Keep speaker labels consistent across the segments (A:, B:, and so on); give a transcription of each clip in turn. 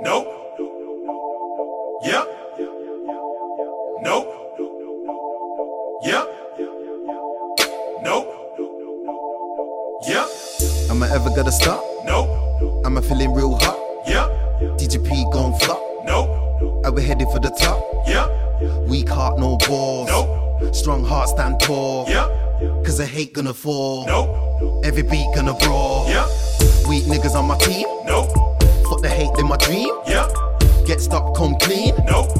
A: Nope. Yep. Nope. Yep. Nope. Yep.
B: Am I ever gonna stop?
A: Nope.
B: Am I feeling real hot?
A: Yep.
B: DGP gon' flop.
A: Nope.
B: Are we headed for the top?
A: Yep.
B: Weak heart, no balls.
A: Nope.
B: Strong heart, stand tall.
A: Yep.
B: Cause I hate gonna fall.
A: Nope.
B: Every beat gonna brawl.
A: Yep.
B: Weak niggas on my team.
A: Nope.
B: Fuck the hate, they my dream.
A: Yep.
B: Get stuck, come clean.
A: Nope.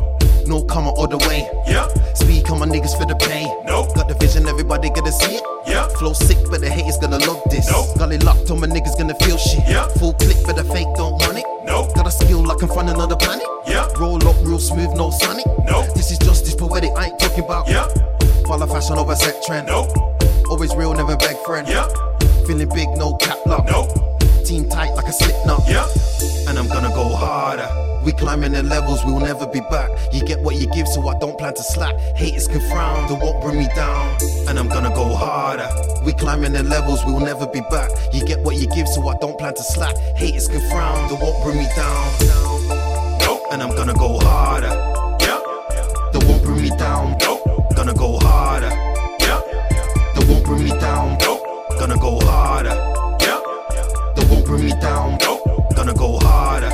B: No comma all the way.
A: Yep.
B: Speak on my niggas for the pain.
A: Nope.
B: Got the vision, everybody gonna see it.
A: Yep.
B: Flow sick, but the haters gonna love this.
A: Nope.
B: Got it locked on my niggas gonna feel shit.
A: Yeah.
B: Full clip, but the fake don't want it.
A: Nope.
B: Got a skill like I'm from another planet.
A: Yeah.
B: Roll up real smooth, no sonic.
A: Nope.
B: This is justice poetic, I ain't talking about.
A: Yep.
B: Follow fashion over set trend.
A: Nope.
B: Always real, never beg friend.
A: Yep.
B: Feeling big, no cap lock.
A: Nope.
B: Team tight like a slip knot.
A: Yep.
B: And I'm gonna go harder. We climbing the levels, we'll never be back. You get what you give, so I don't plan to slack. Haters can frown, they won't bring me down. And I'm gonna go harder. We climbing the levels, we'll never be back. You get what you give, so I don't plan to slack. Haters can frown, they won't bring me down.
A: Nope.
B: And I'm gonna go harder.
A: Yep.
B: They won't bring me down.
A: Nope.
B: Gonna go harder.
A: Yep.
B: They won't bring me down.
A: Nope.
B: Gonna go harder.
A: Yep.
B: They won't bring me down.
A: Nope.
B: Gonna go harder.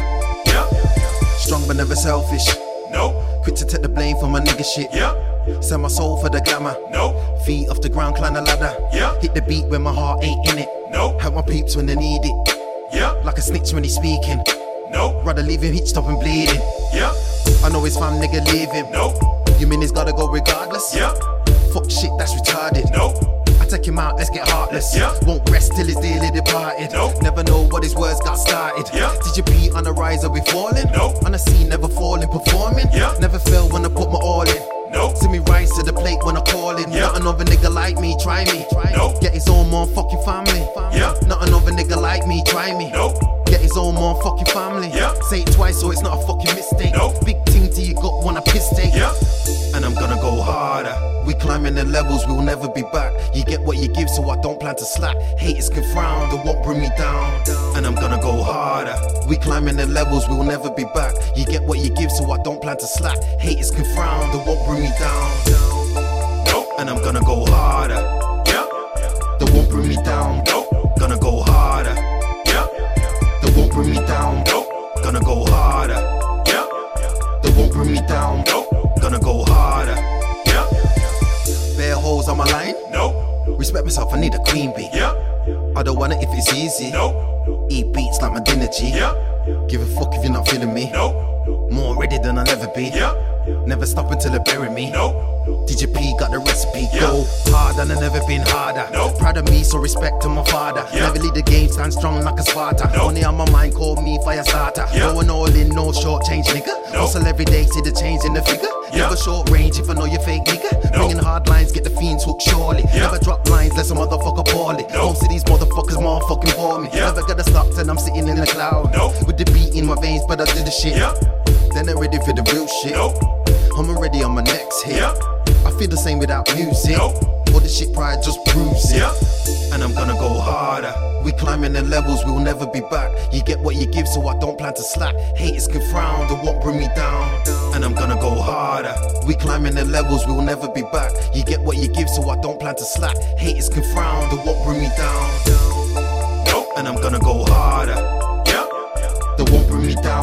A: Yep.
B: Strong but never selfish.
A: Nope.
B: Quick to take the blame for my nigga shit.
A: Yep.
B: Sell my soul for the glamour.
A: Nope.
B: Feet off the ground, climb the ladder.
A: Yeah.
B: Hit the beat when my heart ain't in it.
A: Nope.
B: Help my peeps when they need it.
A: Yep.
B: Like a snitch when he's speaking.
A: Nope.
B: Rather leave him hitched up and bleeding.
A: Yep.
B: I know his fam nigga leave him.
A: Nope.
B: You mean he's gotta go regardless?
A: Yep.
B: Fuck shit, that's retarded.
A: Nope.
B: I take him out, let's get heartless.
A: Yeah.
B: Won't rest till his dearly departed.
A: Nope.
B: Never know what his words got started.
A: Yeah.
B: Did you be on the rise? Are we falling?
A: Nope.
B: On the scene, never falling, performing.
A: Yeah.
B: Never fail when I put my all in.
A: Nope.
B: See me rise to the plate when I call it.
A: Yeah.
B: Not another nigga like me, try me. Try me.
A: Nope.
B: Get his own motherfucking family.
A: Yeah.
B: Not another nigga like me, try me.
A: Nope.
B: Get his own motherfucking family.
A: Yeah.
B: Say it twice so it's not a fucking mistake.
A: Nope.
B: Big team till you got one a piss take.
A: Yep.
B: And I'm gonna go harder. We climbing the levels, we'll never be back. You get what you give, so I don't plan to slack. Haters can frown, they won't bring me down. And I'm gonna go harder. We climbing the levels, we'll never be back. You get what you give, so I don't plan to slack. Haters can frown, they won't bring me down.
A: Nope.
B: And I'm gonna go harder.
A: Yep.
B: They won't bring me down.
A: Nope.
B: Gonna go harder.
A: Yep.
B: They won't bring me down.
A: Nope.
B: Gonna go harder.
A: Yep.
B: They won't bring me down.
A: Nope.
B: Gonna go harder.
A: Yep.
B: Bare holes on my line.
A: Nope.
B: Respect myself, I need a queen bee.
A: Yep.
B: I don't want it if it's easy.
A: Nope.
B: Eat beats like my dinner G.
A: Yep.
B: Give a fuck if you're not feeling me.
A: Nope.
B: More ready than I'll ever be.
A: Yep.
B: Never stop until they bury me.
A: Nope.
B: DJP got the recipe.
A: Yeah.
B: Go hard and I've never been harder.
A: Nope.
B: Proud of me, so respect to my father.
A: Yeah.
B: Never lead the game, stand strong like a Sparta.
A: Nope.
B: Only on my mind, call me fire starter.
A: Yeah.
B: Going all in, no short change, nigga.
A: Nope.
B: Hustle every day, see the change in the figure.
A: Yeah.
B: Never short range if I know you're fake, nigga.
A: Nope.
B: Bringing hard lines, get the fiends hooked surely.
A: Yeah.
B: Never drop lines, let some motherfucker poorly.
A: Nope.
B: Most of these motherfuckers motherfucking bore me.
A: Yeah.
B: Never gotta stop till I'm sitting in the cloud.
A: Nope.
B: With the beat in my veins, but I did the shit.
A: Yeah.
B: Then they're ready for the real shit.
A: Nope.
B: I'm already on my next hit.
A: Yeah.
B: I feel the same without music.
A: Nope.
B: All this shit pride just proves it.
A: Yeah.
B: And I'm gonna go harder. We climbing the levels, we'll never be back. You get what you give, so I don't plan to slack. Haters can frown, they won't bring me down. And I'm gonna go harder. We climbing the levels, we'll never be back. You get what you give, so I don't plan to slack. Haters can frown, they won't bring me down.
A: Nope.
B: And I'm gonna go harder.
A: Yep.
B: They won't bring me down.